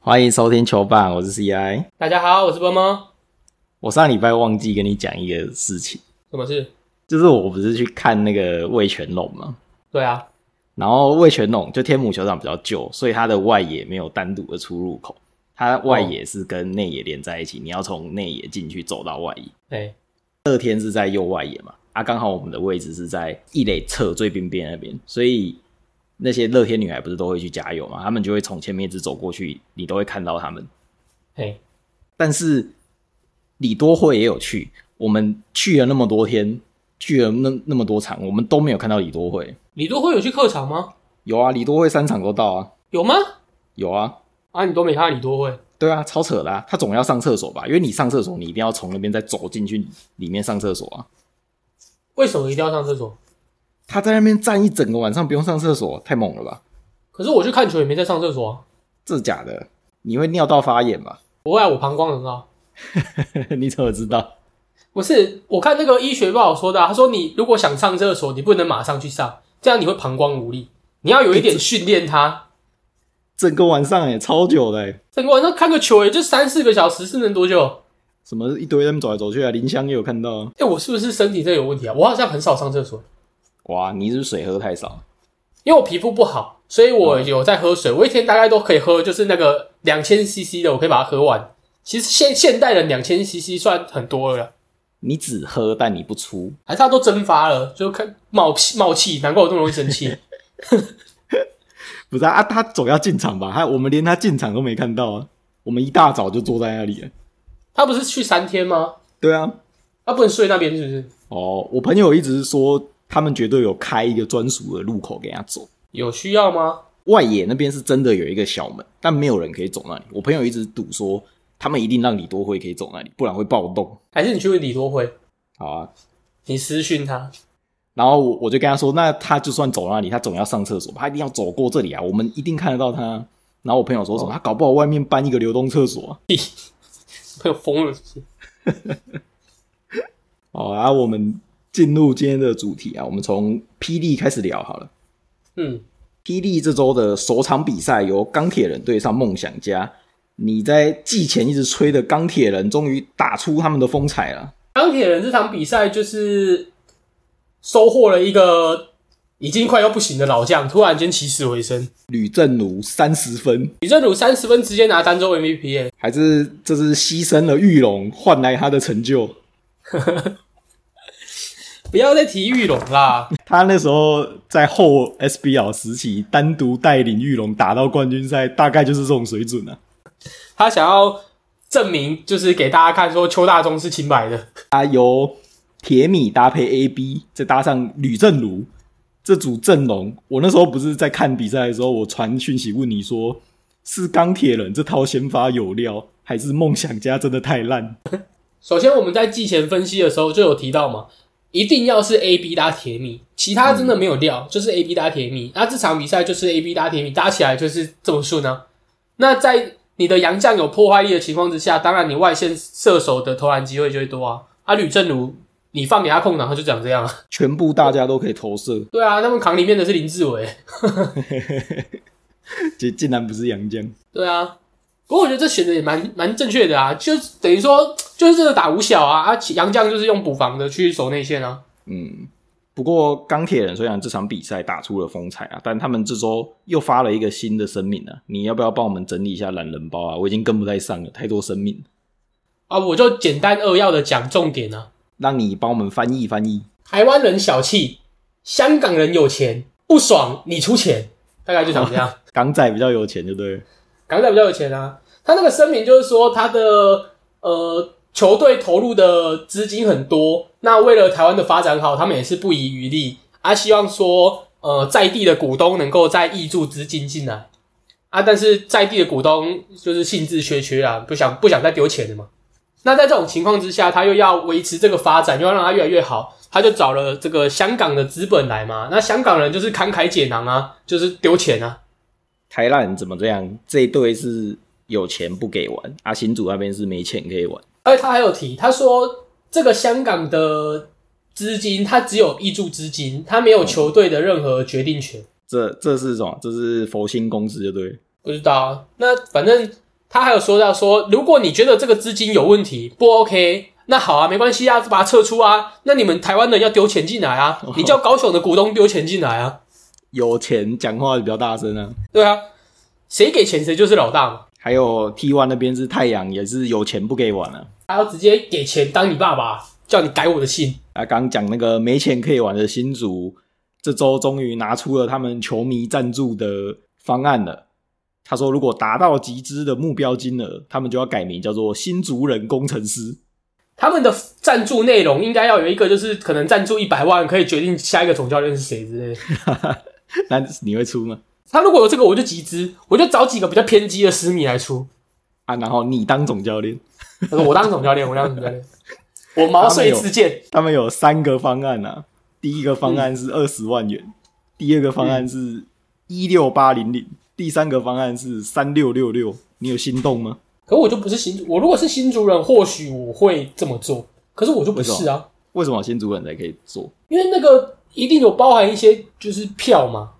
欢迎收听球棒，我是 CI。大家好，我是波猫。我上礼拜忘记跟你讲一个事情，什么事？就是我不是去看那个味全龙嘛，对啊，然后味全龙就天母球场比较旧，所以它的外野没有单独的出入口，它外野是跟内野连在一起，你要从内野进去走到外野。哎、乐天是在右外野嘛，啊，刚好我们的位置是在一垒侧最边边那边，所以那些乐天女孩不是都会去加油嘛，她们就会从前面一直走过去，你都会看到她们。哎、但是李多惠也有去，我们去了那么多天，去了那那么多场，我们都没有看到李多惠。李多惠有去客场吗？有啊，李多惠三场都到啊，有吗？有啊，啊，你都没看到李多惠，对啊，超扯的、啊，他总要上厕所吧？因为你上厕所，你一定要从那边再走进去里面上厕所啊。为什么一定要上厕所？他在那边站一整个晚上不用上厕所，太猛了吧？可是我去看球也没在上厕所啊。这假的？你会尿道发炎吧？ 不会啊，我膀胱很好。你怎么知道？不是，我看那个医学报说的、啊，他说你如果想上厕所，你不能马上去上，这样你会膀胱无力。你要有一点训练它。整个晚上哎、超久的、欸，整个晚上看个球也就三四个小时，是能多久？什么一堆人走来走去啊？林香也有看到啊。哎、我是不是身体真的有问题啊？我好像很少上厕所，哇，你是不是水喝太少？因为我皮肤不好，所以我有在喝水。我一天大概都可以喝，就是那个两千 CC 的，我可以把它喝完。其实现现代人两千 CC 算很多了啦，你只喝但你不出，还是它都蒸发了，就看冒气冒气，难怪我这么容易生气。不是啊？啊他总要进场吧？他我们连他进场都没看到啊！我们一大早就坐在那里了。他不是去三天吗？对啊，他不能睡那边是不是？哦，我朋友一直说他们绝对有开一个专属的路口给他走。有需要吗？外野那边是真的有一个小门，但没有人可以走那里。我朋友一直赌说他们一定让李多惠可以走那里，不然会暴动。还是你去问李多惠，好啊，你私讯他？然后我我就跟他说，那他就算走那里，他总要上厕所吧，他一定要走过这里啊，我们一定看得到他。啊然后我朋友说什么，他搞不好外面搬一个流动厕所啊。朋友疯了是不是？好啊，我们进入今天的主题啊，我们从霹雳开始聊好了。嗯，霹雳这周的首场比赛由钢铁人对上梦想家，你在季前一直吹的钢铁人终于打出他们的风采了。钢铁人这场比赛就是收获了一个已经快要不行的老将，突然间起死回生。吕正如三十分，李正儒三十分直接拿单周 MVP 耶、还是这是牺牲了玉龙换来他的成就。不要再提玉龙啦！他那时候在后 SBL 时期单独带领玉龙打到冠军赛，大概就是这种水准啊。他想要证明，就是给大家看说邱大中是清白的。啊，由铁米搭配 AB，再搭上吕正如这组阵容，我那时候不是在看比赛的时候，我传讯息问你说，是钢铁人这套先发有料，还是梦想家真的太烂？首先，我们在季前分析的时候就有提到嘛，一定要是 A B 搭铁米，其他真的没有料，就是 A B 搭铁米。那这场比赛就是 A B 搭铁米，搭起来就是这么顺啊。那在你的洋将有破坏力的情况之下，当然你外线射手的投篮机会就会多啊。啊，吕正如，你放给他空档，他就长这样啊。全部大家都可以投射，对啊，他们扛里面的是林志伟。这竟然不是杨江。对啊，不过我觉得这选的也蛮蛮正确的啊，就等于说就是这个打五小啊，啊杨将就是用补防的去守内线啊。嗯，不过钢铁人虽然这场比赛打出了风采啊，但他们这周又发了一个新的声明啊，你要不要帮我们整理一下懒人包啊？我已经跟不太上了，太多声明，啊，我就简单扼要的讲重点啊，让你帮我们翻译翻译。台湾人小气，香港人有钱，不爽你出钱，大概就长这样。 港仔比较有钱，就对了。港仔比较有钱啊，他那个声明就是说他的呃球队投入的资金很多，那为了台湾的发展好，他们也是不遗余力啊，希望说呃在地的股东能够再挹注资金进来啊，但是在地的股东就是兴致缺缺啊，不想不想再丢钱了嘛。那在这种情况之下，他又要维持这个发展，又要让它越来越好，他就找了这个香港的资本来嘛。那香港人就是慷慨解囊啊，就是丢钱啊。台烂怎么这样？这一队是有钱不给玩，啊，新主那边是没钱可以玩。而且他还有提，他说这个香港的资金，他只有挹注资金，他没有球队的任何决定权。这这是什么？这是佛心公司，就对了。不知道啊，那反正他还有说到说，如果你觉得这个资金有问题，不 OK，那好啊，没关系啊，就把它撤出啊。那你们台湾人要丢钱进来啊，你叫高雄的股东丢钱进来啊，有钱讲话比较大声啊。对啊，谁给钱谁就是老大嘛，还有 T One 那边是太阳，也是有钱不给玩啊。还要直接给钱当你爸爸，叫你改我的姓。啊，刚讲那个没钱可以玩的新竹，这周终于拿出了他们球迷赞助的方案了。他说，如果达到集资的目标金额，他们就要改名叫做新竹人工程师。 他们的赞助内容应该要有一个，就是可能赞助一百万可以决定下一个总教练是谁之类的。那你会出吗？他如果有这个，我就集资，我就找几个比较偏激的私密来出。啊，然后你当总教练，他说我当总教练，我当总教练，我毛遂自荐。他们有三个方案啊。第一个方案是二十万元，第二个方案是一六八零零，第三个方案是三六六六。你有心动吗？可我就不是新竹，我如果是新竹人，或许我会这么做。可是我就不为是什啊，为什么新竹人才可以做？因为那个一定有包含一些就是票嘛。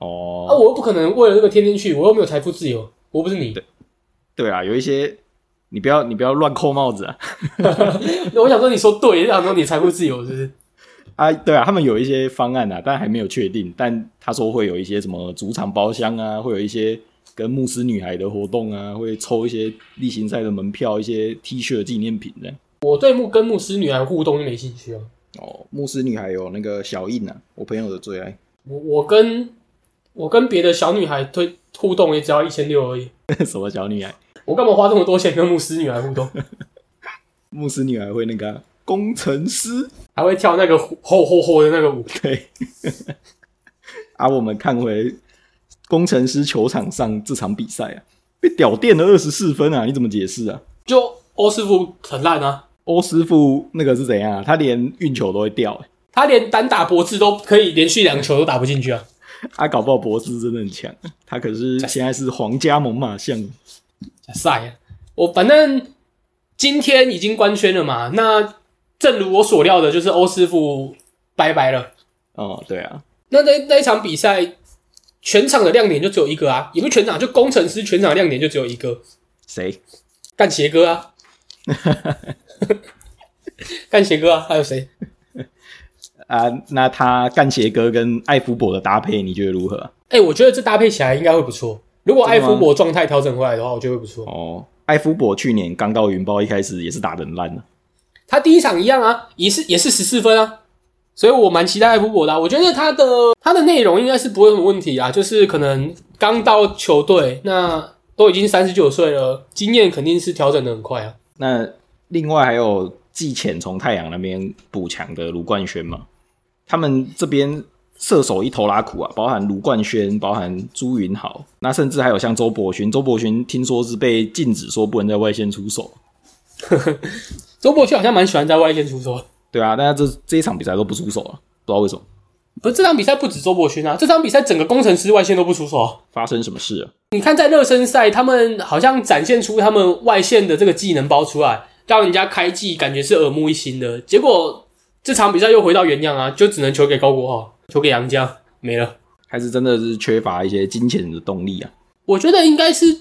哦，啊，我又不可能为了这个天天去，我又没有财富自由，我又不是你。对啊，有一些你不要你不要乱扣帽子啊我想说你说对，想说你财富自由是不是？啊！对啊，他们有一些方案啊，但还没有确定。但他说会有一些什么主场包厢啊，会有一些跟牧师女孩的活动啊，会抽一些例行赛的门票、一些 T 恤纪念品这样。我对牧跟牧师女孩互动就没兴趣啊。哦，牧师女孩有那个小印啊，我朋友的最爱，我我跟我跟别的小女孩对互动也只要一千六而已， 什么小女孩？我干嘛花这么多钱跟牧师女孩互动？ 牧师女孩会那个啊、工程师，还会跳那个吼吼吼的那个舞，对。 啊，我们看回工程师球场上这场比赛啊，被屌电了二十四分啊，你怎么解释啊？就欧师傅很烂啊，欧师傅那个是怎样啊？他连运球都会掉、欸，他连单打博智都可以连续两球都打不进去啊。他、搞不好博士真的很强，他可是现在是皇家猛犸象。赛啊！我反正今天已经官宣了嘛，那正如我所料的，就是欧师傅拜拜了。哦，对啊，那那那一场比赛，全场的亮点就只有一个啊，也不是全场，就工程师全场的亮点就只有一个，谁？干邪哥 啊，干邪哥啊，还有谁？啊，那他干鞋哥跟艾福伯的搭配，你觉得如何？啊哎、我觉得这搭配起来应该会不错。如果艾真的吗福伯状态调整回来的话，我觉得会不错。哦，艾福伯去年刚到云豹，一开始也是打得很烂啊的、他第一场一样啊，也是也是十四分啊，所以我蛮期待艾弗伯的啊、我觉得他的他的内容应该是不会有什么问题啊，就是可能刚到球队，那都已经三十九岁了，经验肯定是调整的很快啊。那另外还有季前从太阳那边补强的卢冠轩嘛，他们这边射手一头拉苦啊，包含卢冠轩，包含朱云豪，那甚至还有像周伯勋，周伯勋听说是被禁止说不能在外线出手，周伯去好像蛮喜欢在外线出手的，对啊，但他这这一场比赛都不出手啊，不知道为什么不是这场比赛不止周伯勋啊，这场比赛整个工程师外线都不出手啊。发生什么事了、你看在热身赛，他们好像展现出他们外线的这个技能包出来，让人家开季感觉是耳目一新的。结果这场比赛又回到原样啊，就只能球给高国豪，球给杨家，没了。还是真的是缺乏一些金钱的动力啊？我觉得应该是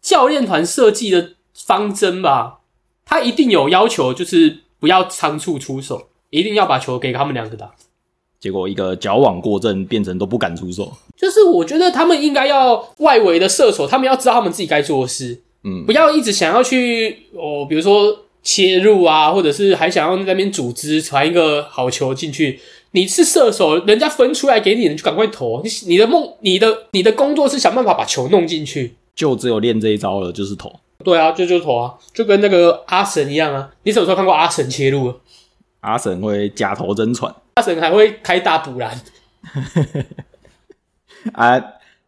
教练团设计的方针吧，他一定有要求，就是不要仓促出手，一定要把球给他们两个打。结果一个矫枉过正，变成都不敢出手。就是我觉得他们应该要外围的射手，他们要知道他们自己该做的事，嗯不要一直想要去哦，比如说切入啊，或者是还想要在那边组织传一个好球进去。你是射手，人家分出来给你，你就赶快投。你你的梦，你的你的工作是想办法把球弄进去。就只有练这一招了，就是投。对啊，就就投啊，就跟那个阿神一样啊。你什么时候看过阿神切入啊？阿神会假投真传阿神还会开大补篮，啊！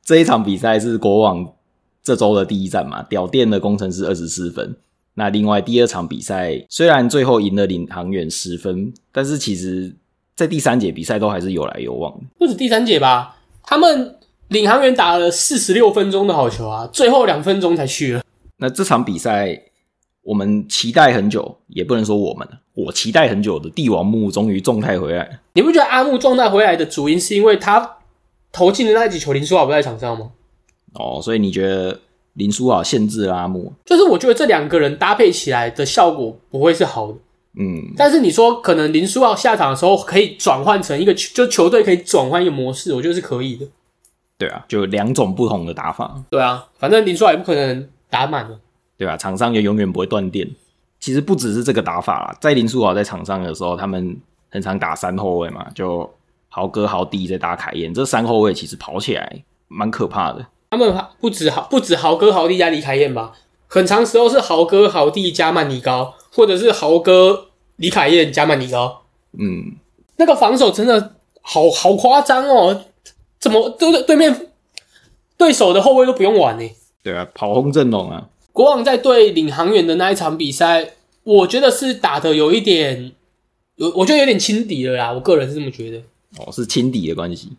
这一场比赛是国网这周的第一站嘛，屌电的工程师二十四分。那另外第二场比赛虽然最后赢了领航员十分，但是其实在第三节比赛都还是有来有往的。不止第三节吧？他们领航员打了四十六分钟的好球啊，最后两分钟才去了。那这场比赛我们期待很久，也不能说我们，啊我期待很久的帝王木终于状态回来了。你不觉得阿木状态回来的主因是因为他投进的那一集球林书豪不在场上吗？哦，所以你觉得林书豪限制了阿莫。就是我觉得这两个人搭配起来的效果不会是好的。嗯，但是你说可能林书豪下场的时候可以转换成一个，就球队可以转换一个模式，我觉得是可以的。对啊，就两种不同的打法。对啊，反正林书豪也不可能打满了。对吧、场上也永远不会断电。其实不只是这个打法啦，在林书豪在场上的时候，他们很常打三后卫嘛，就豪哥、豪弟在打凯燕，这三后卫其实跑起来蛮可怕的。他们不止豪不止豪哥豪弟加李凯燕吧，很长时候是豪哥豪弟加曼尼高，或者是豪哥李凯燕加曼尼高。嗯，那个防守真的好好夸张哦！怎么对对面对手的后卫都不用玩呢、对啊，跑轰阵容啊，国王在对领航员的那一场比赛，我觉得是打的有一点，有我觉得有点轻敌了啦。我个人是这么觉得，哦，是轻敌的关系。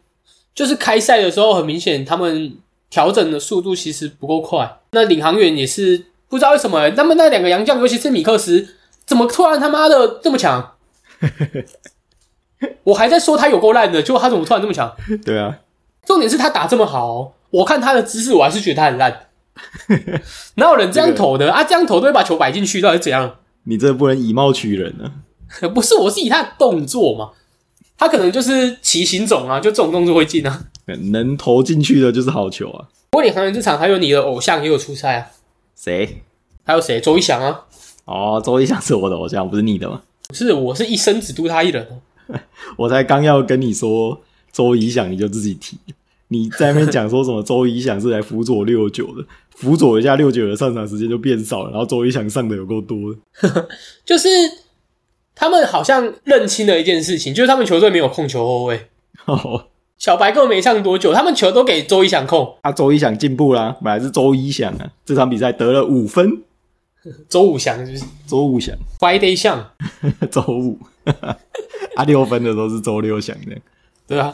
就是开赛的时候很明显，他们调整的速度其实不够快。那领航员也是不知道为什么、欸，他们那两个洋将，尤其是米克斯，怎么突然他妈的这么强？ 我还在说他有够烂的，结果他怎么突然这么强？ 对啊，重点是他打这么好、哦，我看他的姿势，我还是觉得他很烂。哪有人这样投的啊？这样投都会把球摆进去，到底是怎样？你这不能以貌取人啊。不是，我是以他的动作嘛，他可能就是骑行种啊，就这种动作会进啊。能投进去的就是好球啊。不过领航员这场还有你的偶像也有出赛啊，谁？还有谁？周一翔啊，哦，周一翔是我的偶像，不是你的吗？不是，我是一生只督他一人哦。我才刚要跟你说周怡翔，你就自己提。你在那边讲说什么周怡翔是来辅佐六九的，辅佐一下六九的上场时间就变少了，然后周怡翔上的有够多的。就是他们好像认清了一件事情，就是他们球队没有控球后卫，哦，小白根本没上多久，他们球都给周一翔控，啊，周怡翔进步啦，本来是周怡翔啊，这场比赛得了五分，周五翔就是周五翔， Friday 翔，周五， 啊，六分的都是周六翔的。对啊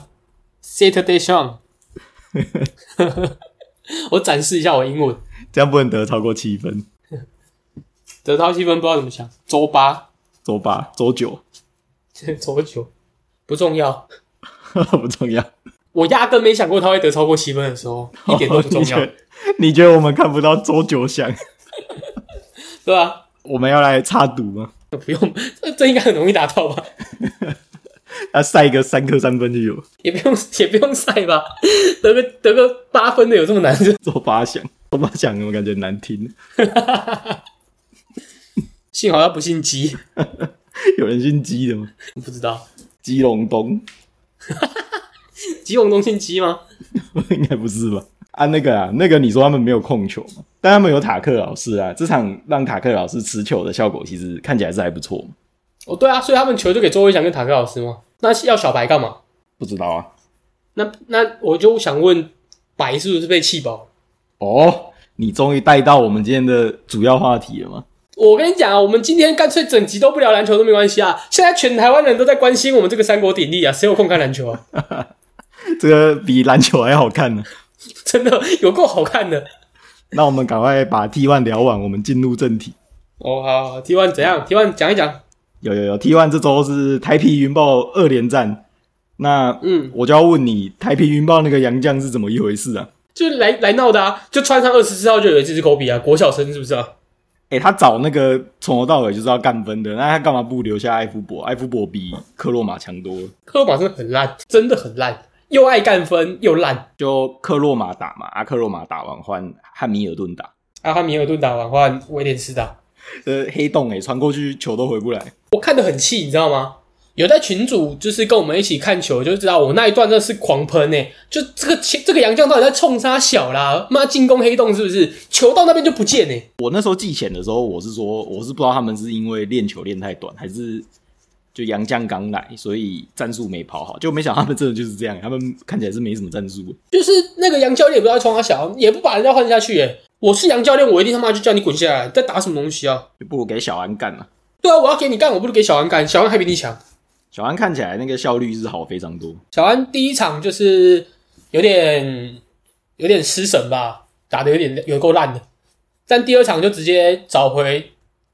，Saturday 翔。 我展示一下我英文，这样不能得超过七分。德涛积分不知道怎么想，周八、 周八、周九 周九不重要。不重要，我压根没想过他会得超过七分的时候，一点都 不重要，哦你觉得你觉得我们看不到周九翔，对吧、我们要来插赌吗？不用，这这应该很容易达到吧？啊，塞一个三颗三分就哦 有也不用， 也不用晒吧？得个得个八分的有这么难？ 周八翔，周八翔我感觉很难听，幸好他不姓鸡，有人姓鸡的吗？不知道鸡隆东吉隆东姓鸡吗？ 应该不是吧？啊，那个啊，那个你说他们没有控球嘛？但他们有塔克老师啊，这场让塔克老师持球的效果其实看起来是还不错嘛。哦，对啊，所以他们球就给周伟翔跟塔克老师吗？那要小白干嘛？不知道啊，那那我就想问，白是不是被气饱？哦，你终于带到我们今天的主要话题了吗？我跟你讲啊，我们今天干脆整集都不聊篮球都没关系啊！现在全台湾人都在关心我们这个三国鼎立啊，谁有空看篮球啊？ 这个比篮球还好看呢。真的有够好看的那我们赶快把 T one 聊完，我们进入正题。哦！好好，T one 怎样？T one 讲一讲。有有有，T one 这周是台皮云豹二连战，那嗯，我就要问你，台皮云豹那个杨将是怎么一回事 啊？就来来闹的啊！就穿上二十四号就有一只是狗比啊，国小生是不是啊？诶、他找那个从头到尾就是要干分的，那他干嘛不留下艾夫伯？艾夫伯比克洛马强多了，科马真的很烂，真的很烂，又爱干分又烂。就克洛马打嘛，啊阿克洛马打完换啊汉密尔顿打，阿哈米尔顿打完换威廉斯打，这黑洞诶、传过去球都回不来。我看得很气，你知道吗？有在群主就是跟我们一起看球，就知道我那一段真的是狂喷呢、欸就这个这个杨将到底在冲杀小啦？妈进攻黑洞是不是？球到那边就不见呢、欸我那时候寄钱的时候，我是说我是不知道他们是因为练球练太短，还是就杨将刚来，所以战术没跑好，就没想到他们真的就是这样，他们看起来是没什么战术。就是那个杨教练也不知道在冲他小，也不把人家换下去、欸。我是杨教练，我一定他妈就叫你滚下来，在打什么东西啊？就不如给小安干了。对啊，我要给你干，我不如给小安干，小安还比你强。小安看起来那个效率是好非常多，小安第一场就是有点有点失神吧，打的有点有够烂的，但第二场就直接找回，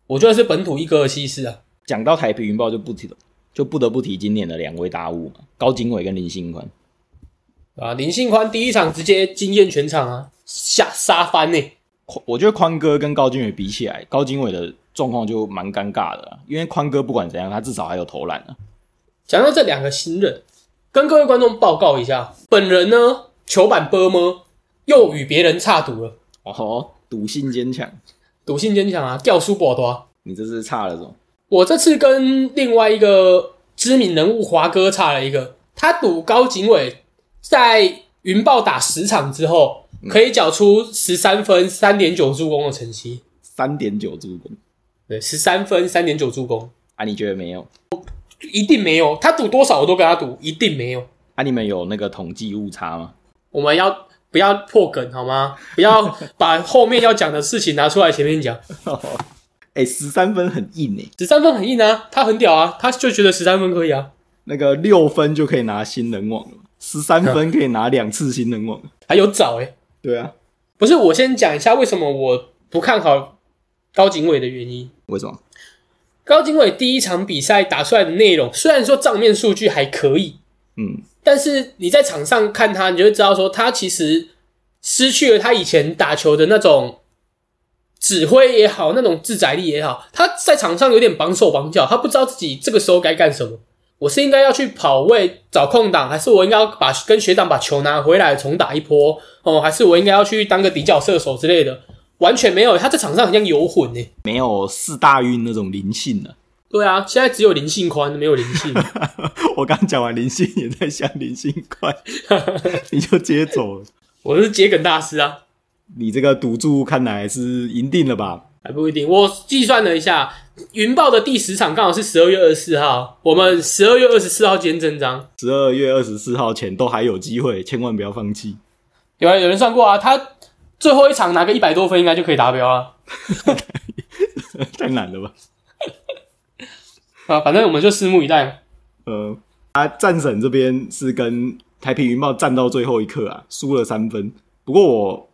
我觉得是本土一哥的气势啊。讲到台北云豹就不提了，就不得不提今年的两位大物嘛，高景伟跟林信宽。啊，林信宽第一场直接惊艳全场啊，吓杀翻呢、宽我觉得宽哥跟高经纬比起来，高经纬的状况就蛮尴尬的啊、因为宽哥不管怎样，他至少还有投篮啊。讲到这两个新人，跟各位观众报告一下，本人呢球板波么又与别人差赌了，哦，赌性坚强，赌性坚强啊，掉书宝多啊。你这是差了什么？我这次跟另外一个知名人物华哥差了一个，他赌高景伟在云豹打十场之后，可以缴出十三分、三点九助攻的成绩。三点九助攻对，十三分、三点九助攻，啊？你觉得没有？一定没有。他赌多少我都跟他赌，一定没有。啊，你们有那个统计误差吗？我们要不要破梗好吗？不要把后面要讲的事情拿出来前面讲。 哎、十三分很硬哎、十三分很硬啊，他很屌啊，他就觉得十三分可以啊。那个六分就可以拿新人网了，十三分可以拿两次新人网。还有找欸诶、 对啊，不是我先讲一下为什么我不看好高景伟的原因。为什么？高景伟第一场比赛打出来的内容，虽然说账面数据还可以，嗯，但是你在场上看他，你就会知道说他其实失去了他以前打球的那种指挥也好，那种自宰力也好，他在场上有点绑手绑脚，他不知道自己这个时候该干什么。我是应该要去跑位找空档，还是我应该要把跟学长把球拿回来重打一波？哦，还是我应该要去当个底角射手之类的？完全没有，他在场上很像游魂呢、没有四大运那种灵性啊。对啊，现在只有林信宽，没有林 信。 我刚讲完灵性，也在想灵性快， 你就接走了。我是桔梗大师啊，你这个赌注看来是赢定了吧？还不一定。我计算了一下，云豹的第十场刚好是十二月二十四号，我们十二月二十四号见真章。十二月二十四号前都还有机会，千万不要放弃。 有啊，有人算过啊，他最后一场拿个一百多分，应该就可以达标啊了太难了吧？啊。反正我们就拭目以待嘛。呃，他战神这边是跟台平云豹战到最后一刻啊，输了三分。不过我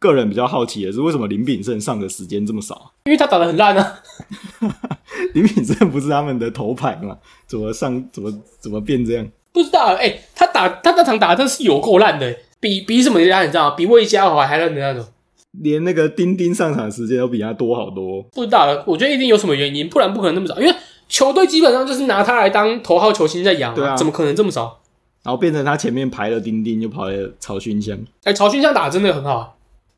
个人比较好奇的是，为什么林炳胜上的时间这么少 啊？因为他打得很烂啊， 林炳胜不是他们的头牌嘛？怎么上怎么怎么变这样？不知道哎、他打他那场打得真是有够烂的、比比什么人家你知道吗？比魏佳华还烂的那种。连那个丁丁上场时间都比他多好多哦、不知道，啊我觉得一定有什么原因，不然不可能那么少。因为球队基本上就是拿他来当头号球星在养、对啊怎么可能这么少？然后变成他前面排了丁丁，就跑来曹勋香哎、曹勋相打得真的很好、啊，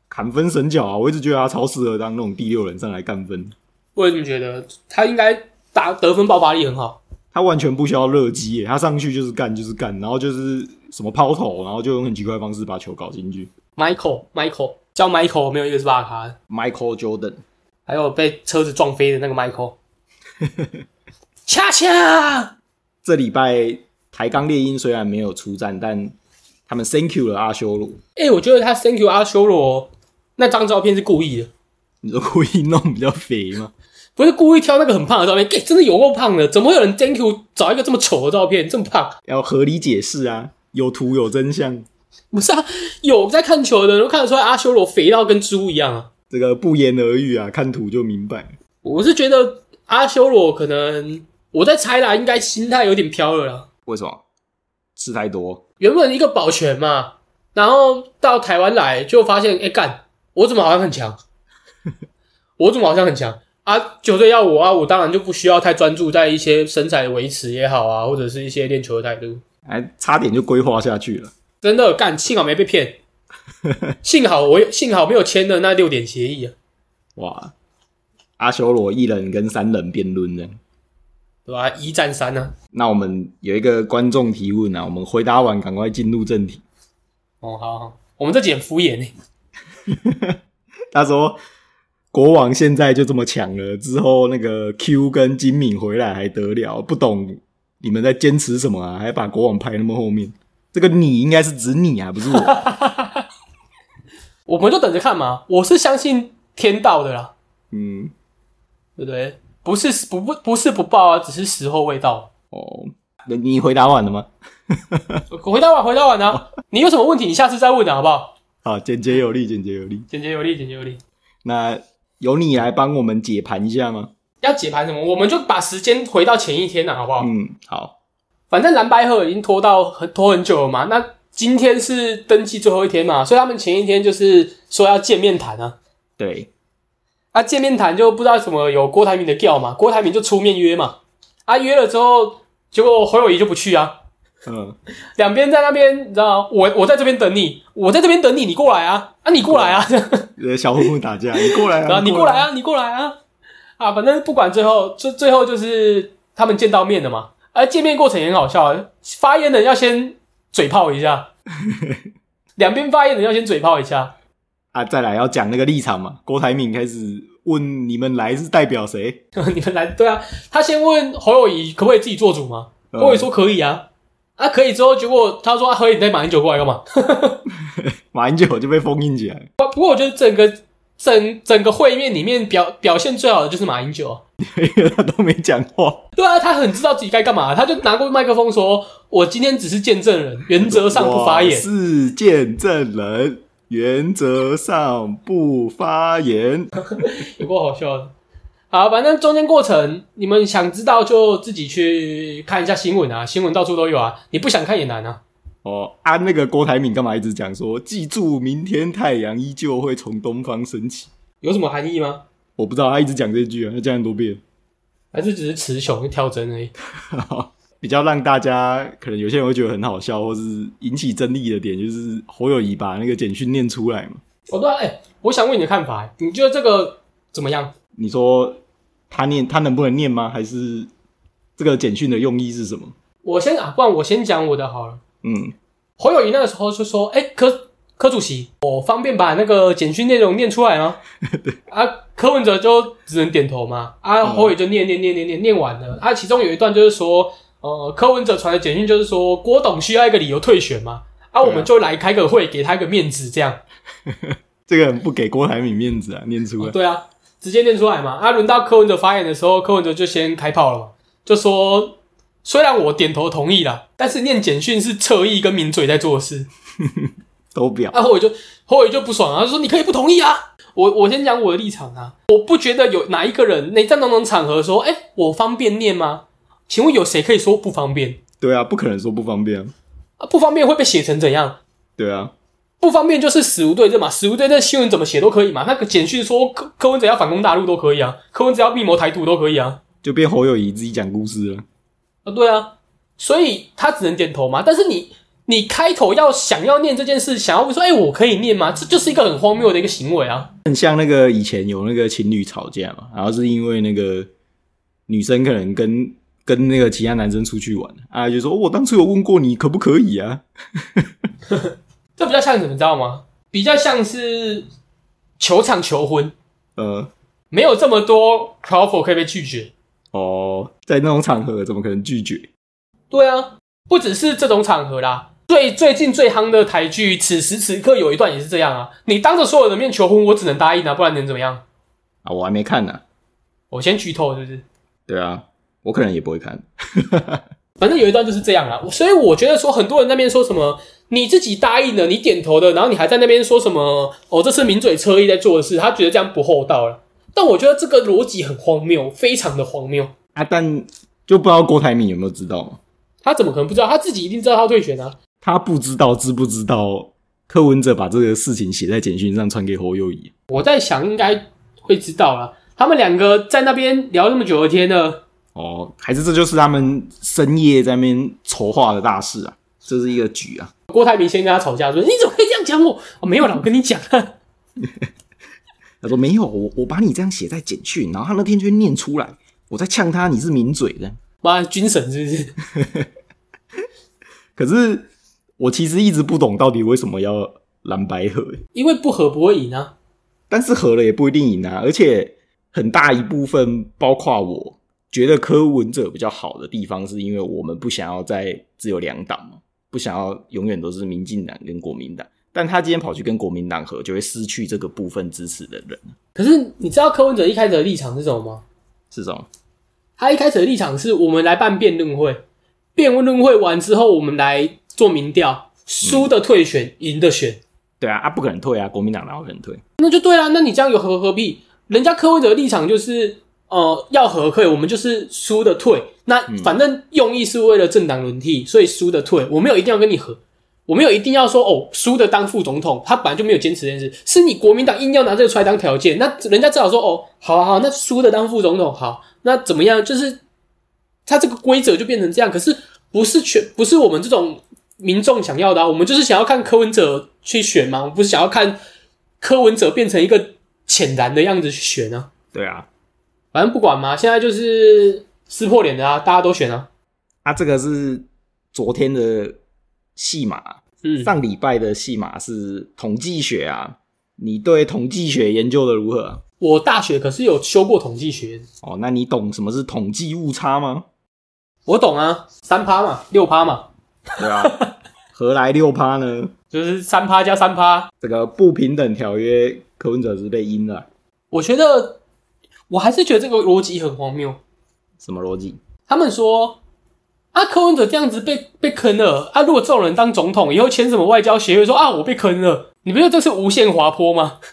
砍分神脚啊！我一直觉得他超适合当那种第六人上来干分，我也这么觉得，他应该打得分爆发力很好。他完全不需要热机耶，他上去就是干就是干，然后就是什么抛投，然后就用很奇怪的方式把球搞进去。 Michael Michael 叫 Michael 没有一个是巴卡的， Michael Jordan，还有被车子撞飞的那个 Michael。恰恰这礼拜台钢猎鹰虽然没有出战，但他们 Thank you 了阿修罗，哎、我觉得他 Thank you 阿修罗那张照片是故意的，你说故意弄比较肥吗？不是故意挑那个很胖的照片，哎、真的有够胖的，怎么会有人 Thank you 找一个这么丑的照片，这么胖？要合理解释啊，有图有真相，不是啊，有在看球的人都看得出来阿修罗肥到跟猪一样啊。这个不言而喻啊，看图就明白。我是觉得阿修罗可能我在猜啦，应该心态有点飘了啦。为什么？吃太多？原本一个保全嘛，然后到台湾来就发现，哎、干，我怎么好像很强？我怎么好像很强啊？球队要我啊，我当然就不需要太专注在一些身材的维持也好啊，或者是一些练球的态度。哎，差点就规划下去了。真的干，幸好没被骗，幸好我有幸好没有签的那六点协议啊，哇，阿修罗一人跟三人辩论呢。对吧、一战三啊呢、那我们有一个观众提问啊，我们回答完赶快进入正题。啊。哦，好好，我们这集很敷衍呢、他说国王现在就这么强了，之后那个 Q 跟金敏回来还得了？不懂你们在坚持什么啊？还把国王排那么后面？这个你应该是指你啊，不是我。我们就等着看嘛。我是相信天道的啦，嗯，对不对？不是不不不是不报啊，只是时候未到。哦，你你回答完了吗？我回答完，回答完啊！你有什么问题，你下次再问啊，好不好？好，简洁有力，简洁有力。简洁有力，简洁有力。那由你来帮我们解盘一下吗？要解盘什么？我们就把时间回到前一天啊，好不好？嗯，好，反正蓝白鹤已经拖到很拖很久了嘛。那今天是登记最后一天嘛，所以他们前一天就是说要见面谈啊。对，啊，见面谈就不知道怎么有郭台铭的调嘛，郭台铭就出面约嘛，啊约了之后，结果侯友谊就不去啊，嗯，两边在那边，你知道吗？我我在这边等你，我在这边等你，你过来啊，啊你过来啊，呃，小混混打架，你过 来然啊，后你过来，啊，你过来啊，啊，反正不管最后，最最后就是他们见到面了嘛，而见面过程也很好笑啊，发言人要先嘴炮 一下，两边发言人要先嘴炮一下， 啊，再来要讲那个立场嘛。郭台铭开始问你们来是代表谁？你们来对啊，他先问侯友谊可不可以自己做主嘛，嗯侯友谊说可以啊，啊可以之后，结果他说啊可以，你带马英九过来干嘛？马英九就被封印起来， 不过我觉得整个整整个会面里面表表现最好的就是马英九啊，因为他都没讲话。 对啊，他很知道自己该干嘛，他就拿过麦克风说：“我今天只是见证人，原则上不发我言。是见证人，原则上不发 言。”有够好笑的。好，反正中间过程你们想知道就自己去看一下新闻啊，新闻到处都有啊，你不想看也难啊。哦，啊，那个郭台铭干嘛一直讲说，记住明天太阳依旧会从东方升起？有什么含义吗？我不知道，他一直讲这句啊，他讲很多遍，还是只是词穷就跳针而已？ 比较让大家可能有些人会觉得很好笑，或是引起争议的点，就是侯友谊把那个简讯念出来嘛。哦，对啊，哎、我想问你的看法、你觉得这个怎么样？你说他念，他能不能念吗？还是这个简讯的用意是什么？我先啊，不然我先讲我的好了。嗯，侯友谊那个时候就说：“哎、柯柯主席，我方便把那个简讯内容念出来吗？” 啊，柯文哲就只能点头嘛。啊，嗯侯友宜就念念念念念念完了。啊，其中有一段就是说，呃，柯文哲传的简讯就是说，郭董需要一个理由退选嘛。对啊，啊我们就来开个会，给他一个面子，这样。这个很不给郭台铭面子啊，念出来。对啊，直接念出来嘛。啊，轮到柯文哲发言的时候，柯文哲就先开炮了嘛，就说：“虽然我点头同意啦，但是念简讯是侧翼跟抿嘴在做的事。”都表啊，后尾就后尾就不爽啊，就说你可以不同意啊。我我先讲我的立场啊，我不觉得有哪一个人你在那种场合说，哎、我方便念吗？请问有谁可以说不方便对啊，不可能说不方便啊。啊？不方便会被写成怎样？对啊，不方便就是死无对证嘛，死无对证新闻怎么写都可以嘛。那个简讯说柯柯文哲要反攻大陆都可以啊，柯文哲要密谋台独都可以啊。就变侯友谊自己讲故事了。啊，对啊，所以他只能点头嘛。但是你你开头要想要念这件事，想要说，哎、我可以念吗？这就是一个很荒谬的一个行为啊。很像那个以前有那个情侣吵架嘛，然后是因为那个女生可能跟跟那个其他男生出去玩啊，就说、哦我当初有问过你可不可以啊？这比较像什么，你知道吗？比较像是球场求婚，呃，没没有这么多 offer 可以被拒绝。哦，在那种场合怎么可能拒绝？对啊，不只是这种场合啦，最最近最夯的台剧，此时此刻有一段也是这样啊。你当着所有人的面求婚，我只能答应啊，不然能怎么样？啊，我还没看呢、我先剧透，是不是？对啊，我可能也不会看。反正有一段就是这样啦，所以我觉得说，很多人那边说什么你自己答应了，你点头的，然后你还在那边说什么哦，这是名嘴车衣在做的事，他觉得这样不厚道了。但我觉得这个逻辑很荒谬，非常的荒谬。啊，但就不知道郭台铭有没有知道嘛？他怎么可能不知道？他自己一定知道他要退选啊！他不知道知不知道柯文哲把这个事情写在简讯上传给侯友谊？我在想，应该会知道啦。他们两个在那边聊那么久的天呢，哦，还是这就是他们深夜在那边筹划的大事啊？这是一个局啊。郭台铭先跟他吵架说：“你怎么可以这样讲我？”哦，没有啦，我跟你讲，啊他说没有，我我把你这样写在简讯，然后他那天就念出来，我在呛他，你是抿嘴的。 妈，军神是不是？可是我其实一直不懂到底为什么要蓝白合，因为不合不会赢啊。但是合了也不一定赢啊，而且很大一部分，包括我觉得柯文哲比较好的地方，是因为我们不想要再只有两党嘛，不想要永远都是民进党跟国民党。但他今天跑去跟国民党合，就会失去这个部分支持的人，可是你知道柯文哲一开始的立场是什么吗？是什么？他一开始的立场是我们来办辩论会，辩论会完之后，我们来做民调，输的退选，赢的选。对啊，啊不可能退啊，国民党哪有可能退？那就对啦，那你这样有何何必？人家柯文哲的立场就是，呃，要和可以，我们就是输的退。那反正用意是为了政党轮替，所以输的退。我没有一定要跟你和，我没有一定要说哦，输的当副总统，他本来就没有坚持这件事，是你国民党硬要拿这个出来当条件，那人家至少说哦，好啊好啊，那输的当副总统，好，那怎么样？就是他这个规则就变成这样，可是不是全不是我们这种民众想要的、啊，我们就是想要看柯文哲去选嘛，我们不是想要看柯文哲变成一个浅蓝的样子去选啊，对啊，反正不管嘛，现在就是撕破脸的啊，大家都选啊，啊，这个是昨天的戏码，嗯，上礼拜的戏码是统计学啊，你对统计学研究的如何啊？我大学可是有修过统计学，哦，那你懂什么是统计误差吗？我懂啊，三趴嘛，六趴嘛，对啊， 何来六趴呢？就是三趴加三趴。这个不平等条约，柯文哲是被阴了，我觉得，我还是觉得这个逻辑很荒谬。什么逻辑？他们说，啊，柯文哲这样子被被坑了，啊，如果这种人当总统，以后签什么外交协会说啊，我被坑了，你不觉得这是无限滑坡吗？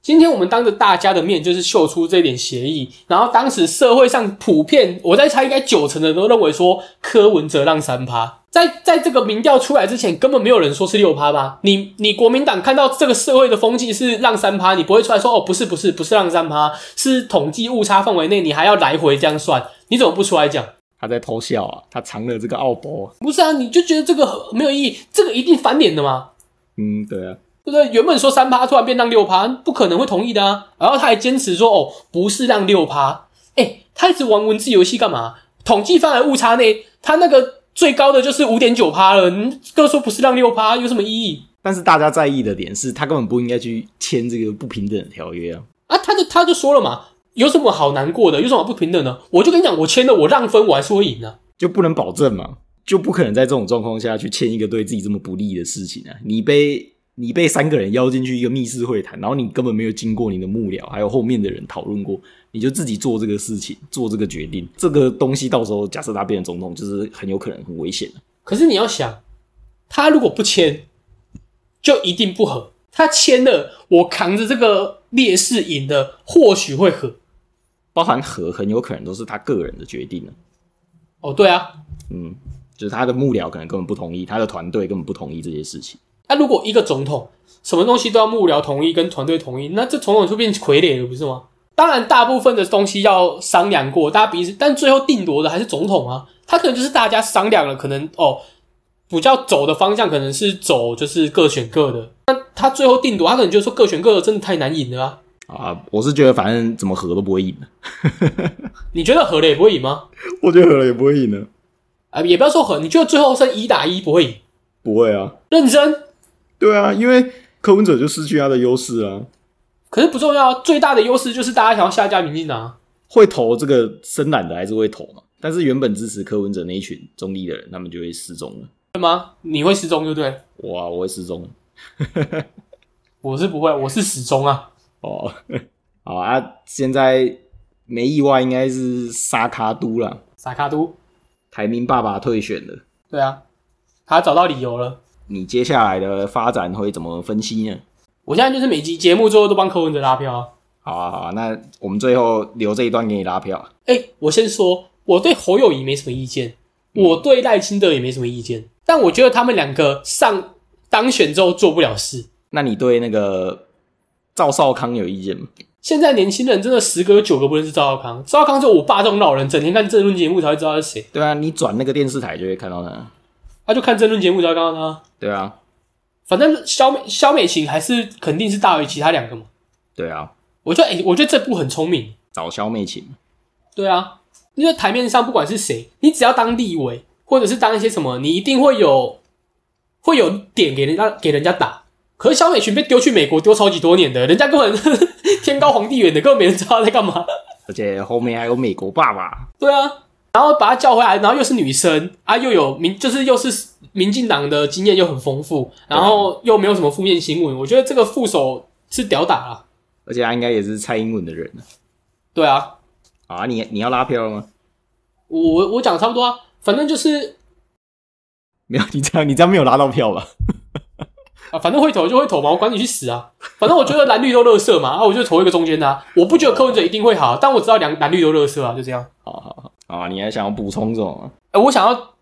今天我们当着大家的面就是秀出这点协议，然后当时社会上普遍，我在猜应该九成的人都认为说柯文哲让三趴，在在这个民调出来之前，根本没有人说是六趴吧？你你国民党看到这个社会的风气是让三趴，你不会出来说哦不是不是不是让三趴，是统计误差范围内，你还要来回这样算，你怎么不出来讲？他在偷笑啊，他藏了这个奥博。不是啊，你就觉得这个很没有意义，这个一定翻脸的嘛，嗯，对啊，对不对？原本说三趴，突然变让六趴，不可能会同意的啊。然后他还坚持说，哦，不是让六趴，哎，他一直玩文字游戏干嘛？统计范围误差内，他那个最高的就是五点九趴了，你更说不是让六趴，有什么意义但是大家在意的点是他根本不应该去签这个不平等的条约啊。啊？他就他就说了嘛，有什么好难过的？有什么不平等的？我就跟你讲，我签了，我让分，我还是会赢啊。就不能保证嘛，就不可能在这种状况下去签一个对自己这么不利的事情啊！你被你被三个人邀进去一个密室会谈，然后你根本没有经过你的幕僚还有后面的人讨论过，你就自己做这个事情，做这个决定，这个东西到时候假设他变成总统，就是很有可能很危险的。可是你要想，他如果不签，就一定不和。他签了，我扛着这个劣势赢的，或许会和。包含和很有可能都是他个人的决定呢、哦，对啊，嗯，就是他的幕僚可能根本不同意，他的团队根本不同意这些事情。那、如果一个总统什么东西都要幕僚同意跟团队同意，那这总统就变傀儡了，不是吗？当然，大部分的东西要商量过，大家彼此，但最后定夺的还是总统啊。他可能就是大家商量了，可能哦，比较走的方向可能是走就是各选各的。那他最后定夺，他可能就说各选各的，真的太难赢了啊。啊，我是觉得反正怎么和都不会赢的，你觉得和了也不会赢吗？我觉得和了也不会赢的，啊、也不要说和，你觉得最后剩一打一不会赢？不会啊。认真，对啊，因为柯文哲就失去他的优势啊。可是不重要啊。最大的优势就是大家想要下架民进党啊。会投这个深蓝的还是会投嘛，但是原本支持柯文哲那一群中立的人，他们就会失踪了。对吗？你会失踪对不对？哇，我会失踪我是不会，我是始终啊。哦。 好啊，现在没意外应该是沙卡都啦，萨卡都，台民爸爸退选了。对啊，他找到理由了。你接下来的发展会怎么分析呢？我现在就是每集节目最后都帮柯文哲拉票啊。好啊，好啊，那我们最后留这一段给你拉票。哎、我先说，我对侯友谊没什么意见，我对赖清德也没什么意见，但我觉得他们两个上当选之后做不了事。那你对那个赵少康有意见吗？现在年轻人真的十个有九个不认识赵少康，赵少康就我爸这种老人，整天看政论节目才会知道他是谁，对啊，你转那个电视台就会看到他。他就看政论节目才会看到他。对啊，反正肖美肖美琴还是肯定是大于其他两个嘛。对啊，我觉得，哎、我觉得这部很聪明。找小美琴。对啊，因为台面上不管是谁，你只要当立委或者是当一些什么，你一定会有会有点给人家给人家打。可是小美群被丢去美国丢超级多年的，人家根本 天高皇帝远的，根本没人知道他在干嘛。而且后面还有美国爸爸，对啊，然后把她叫回来，然后又是女生啊，又有民就是又是民进党的经验又很丰富，然后又没有什么负面新闻，我觉得这个副手是屌打啊。而且他应该也是蔡英文的人对啊，好啊！你你要拉票了吗？ 我我我讲得差不多啊，反正就是没有，你这样你这样没有拉到票吧？啊，反正会投就会投嘛，我管你去死啊！反正我觉得蓝绿都乐色嘛，啊，我就投一个中间的、啊。我不觉得柯文哲一定会好，啊但我知道两蓝绿都乐色啊，就这样。好呃好好好啊！你还想要补充什么吗？哎、我想要，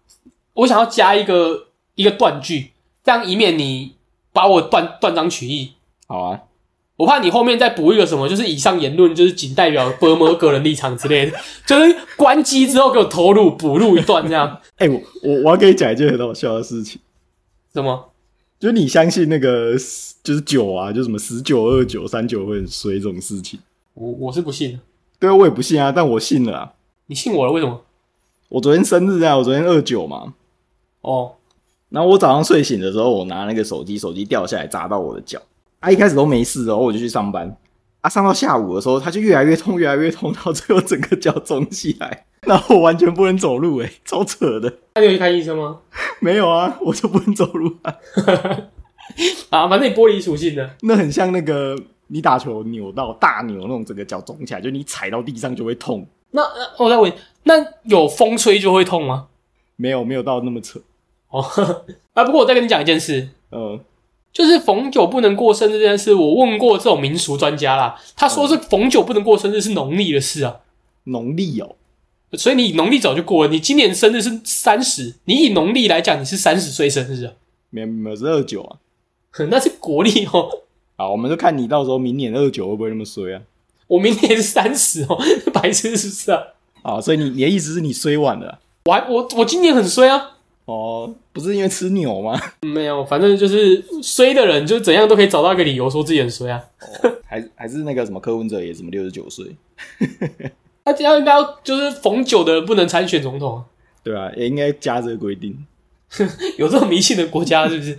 我想要加一个一个断句，这样以免你把我断断章取义。好啊，我怕你后面再补一个什么，就是以上言论就是仅代表波摩个人立场之类的， 就是关机之后给我投入补录一段这样，哎、我我我要跟你讲一件很好笑的事情，什么？就是你相信那个就是九啊，就什么十九、二九、三九会很衰这种事情，我我是不信的，对啊，我也不信啊，但我信了啊。你信我了？为什么？我昨天生日啊，我昨天二九嘛，哦，然后我早上睡醒的时候，我拿那个手机，手机掉下来砸到我的脚。啊，一开始都没事哦，然后我就去上班。啊，上到下午的时候，它就越来越痛，越来越痛， 到最后整个脚肿起来，然后我完全不能走路、欸，诶，超扯的。那你有去看医生吗？没有啊，我就不能走路啊。啊，反正你玻璃属性的，那很像那个你打球扭到大扭那种，整个脚肿起来，就你踩到地上就会痛。那那我再问，那有风吹就会痛吗？没有，没有到那么扯。哦， 啊，不过我再跟你讲一件事，呃，就是逢九不能过生日这件事，我问过这种民俗专家啦，他说是逢九不能过生日是农历的事啊，农历哦，所以你农历早就过了，你今年生日是三十，你以农历来讲你是三十岁生日啊， 没有没有是二九啊。哼那是国历哦。好，我们就看你到时候明年二九会不会那么衰啊？我明年是三十哦， 白痴是不是啊？啊，所以你你的意思是你衰晚了啊、我还我我今年很衰啊，嗯哦，不是因为吃牛吗？ 没有，反正就是衰的人，就怎样都可以找到一个理由说自己很衰啊。还是还是那个什么柯文哲也什么六十九岁？那这样应该要就是逢九的人不能参选总统啊， 对啊，也应该加这个规定， 有这种迷信的国家是不 是？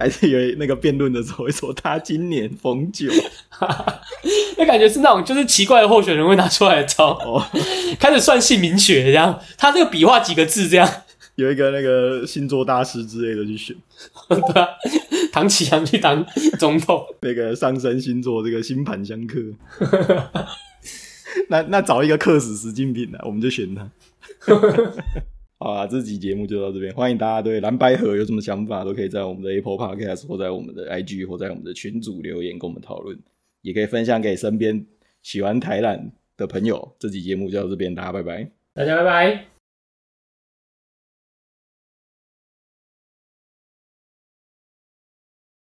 还是有那个辩论的时候会说他今年逢九那感觉是那种就是奇怪的候选人会拿出来的招，哦， 开始算姓名学这样，他这个笔画几个字这样， 有一个那个星座大师之类的去选对啊，唐启阳去当总统，那个上升星座这个星盘相克， 那那找一个克死石敬平啊来，我们就选他。 好啊，这集节目就到这边，欢迎大家对蓝白河有什么想法，都可以在我们的 Apple Podcast 或在我们的 IG 或在我们的群组留言跟我们讨论，也可以分享给身边喜欢台南的朋友。这集节目就到这边，大家拜拜。大家拜拜。